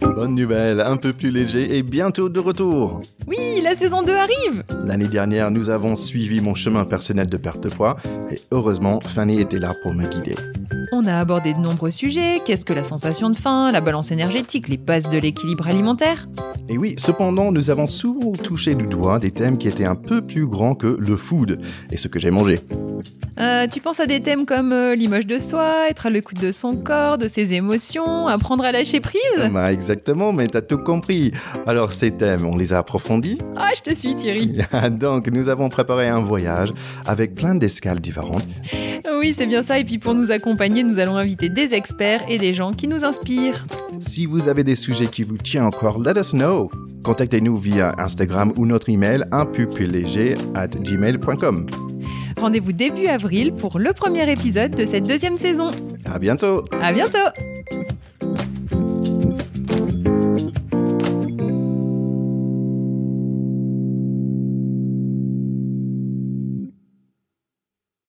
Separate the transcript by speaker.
Speaker 1: Bonne nouvelle, un peu plus léger et bientôt de retour.
Speaker 2: Oui, la saison 2 arrive
Speaker 1: L'année dernière, nous avons suivi mon chemin personnel de perte de poids et heureusement, Fanny était là pour me guider.
Speaker 2: On a abordé de nombreux sujets, qu'est-ce que la sensation de faim, la balance énergétique, les bases de l'équilibre alimentaire.
Speaker 1: Et oui, cependant, nous avons souvent touché du doigt des thèmes qui étaient un peu plus grands que le food et ce que j'ai mangé.
Speaker 2: Euh, tu penses à des thèmes comme euh, l'image de soi, être à l'écoute de son corps, de ses émotions, apprendre à lâcher prise
Speaker 1: Bah, exactement, mais t'as tout compris. Alors ces thèmes, on les a approfondis
Speaker 2: Ah, je te suis Thierry
Speaker 1: Donc nous avons préparé un voyage avec plein d'escales différentes.
Speaker 2: Oui, c'est bien ça, et puis pour nous accompagner, nous allons inviter des experts et des gens qui nous inspirent.
Speaker 1: Si vous avez des sujets qui vous tiennent encore, let us know. Contactez-nous via Instagram ou notre email un peu plus léger at gmail.com.
Speaker 2: Rendez-vous début avril pour le premier épisode de cette deuxième saison.
Speaker 1: À bientôt
Speaker 2: À bientôt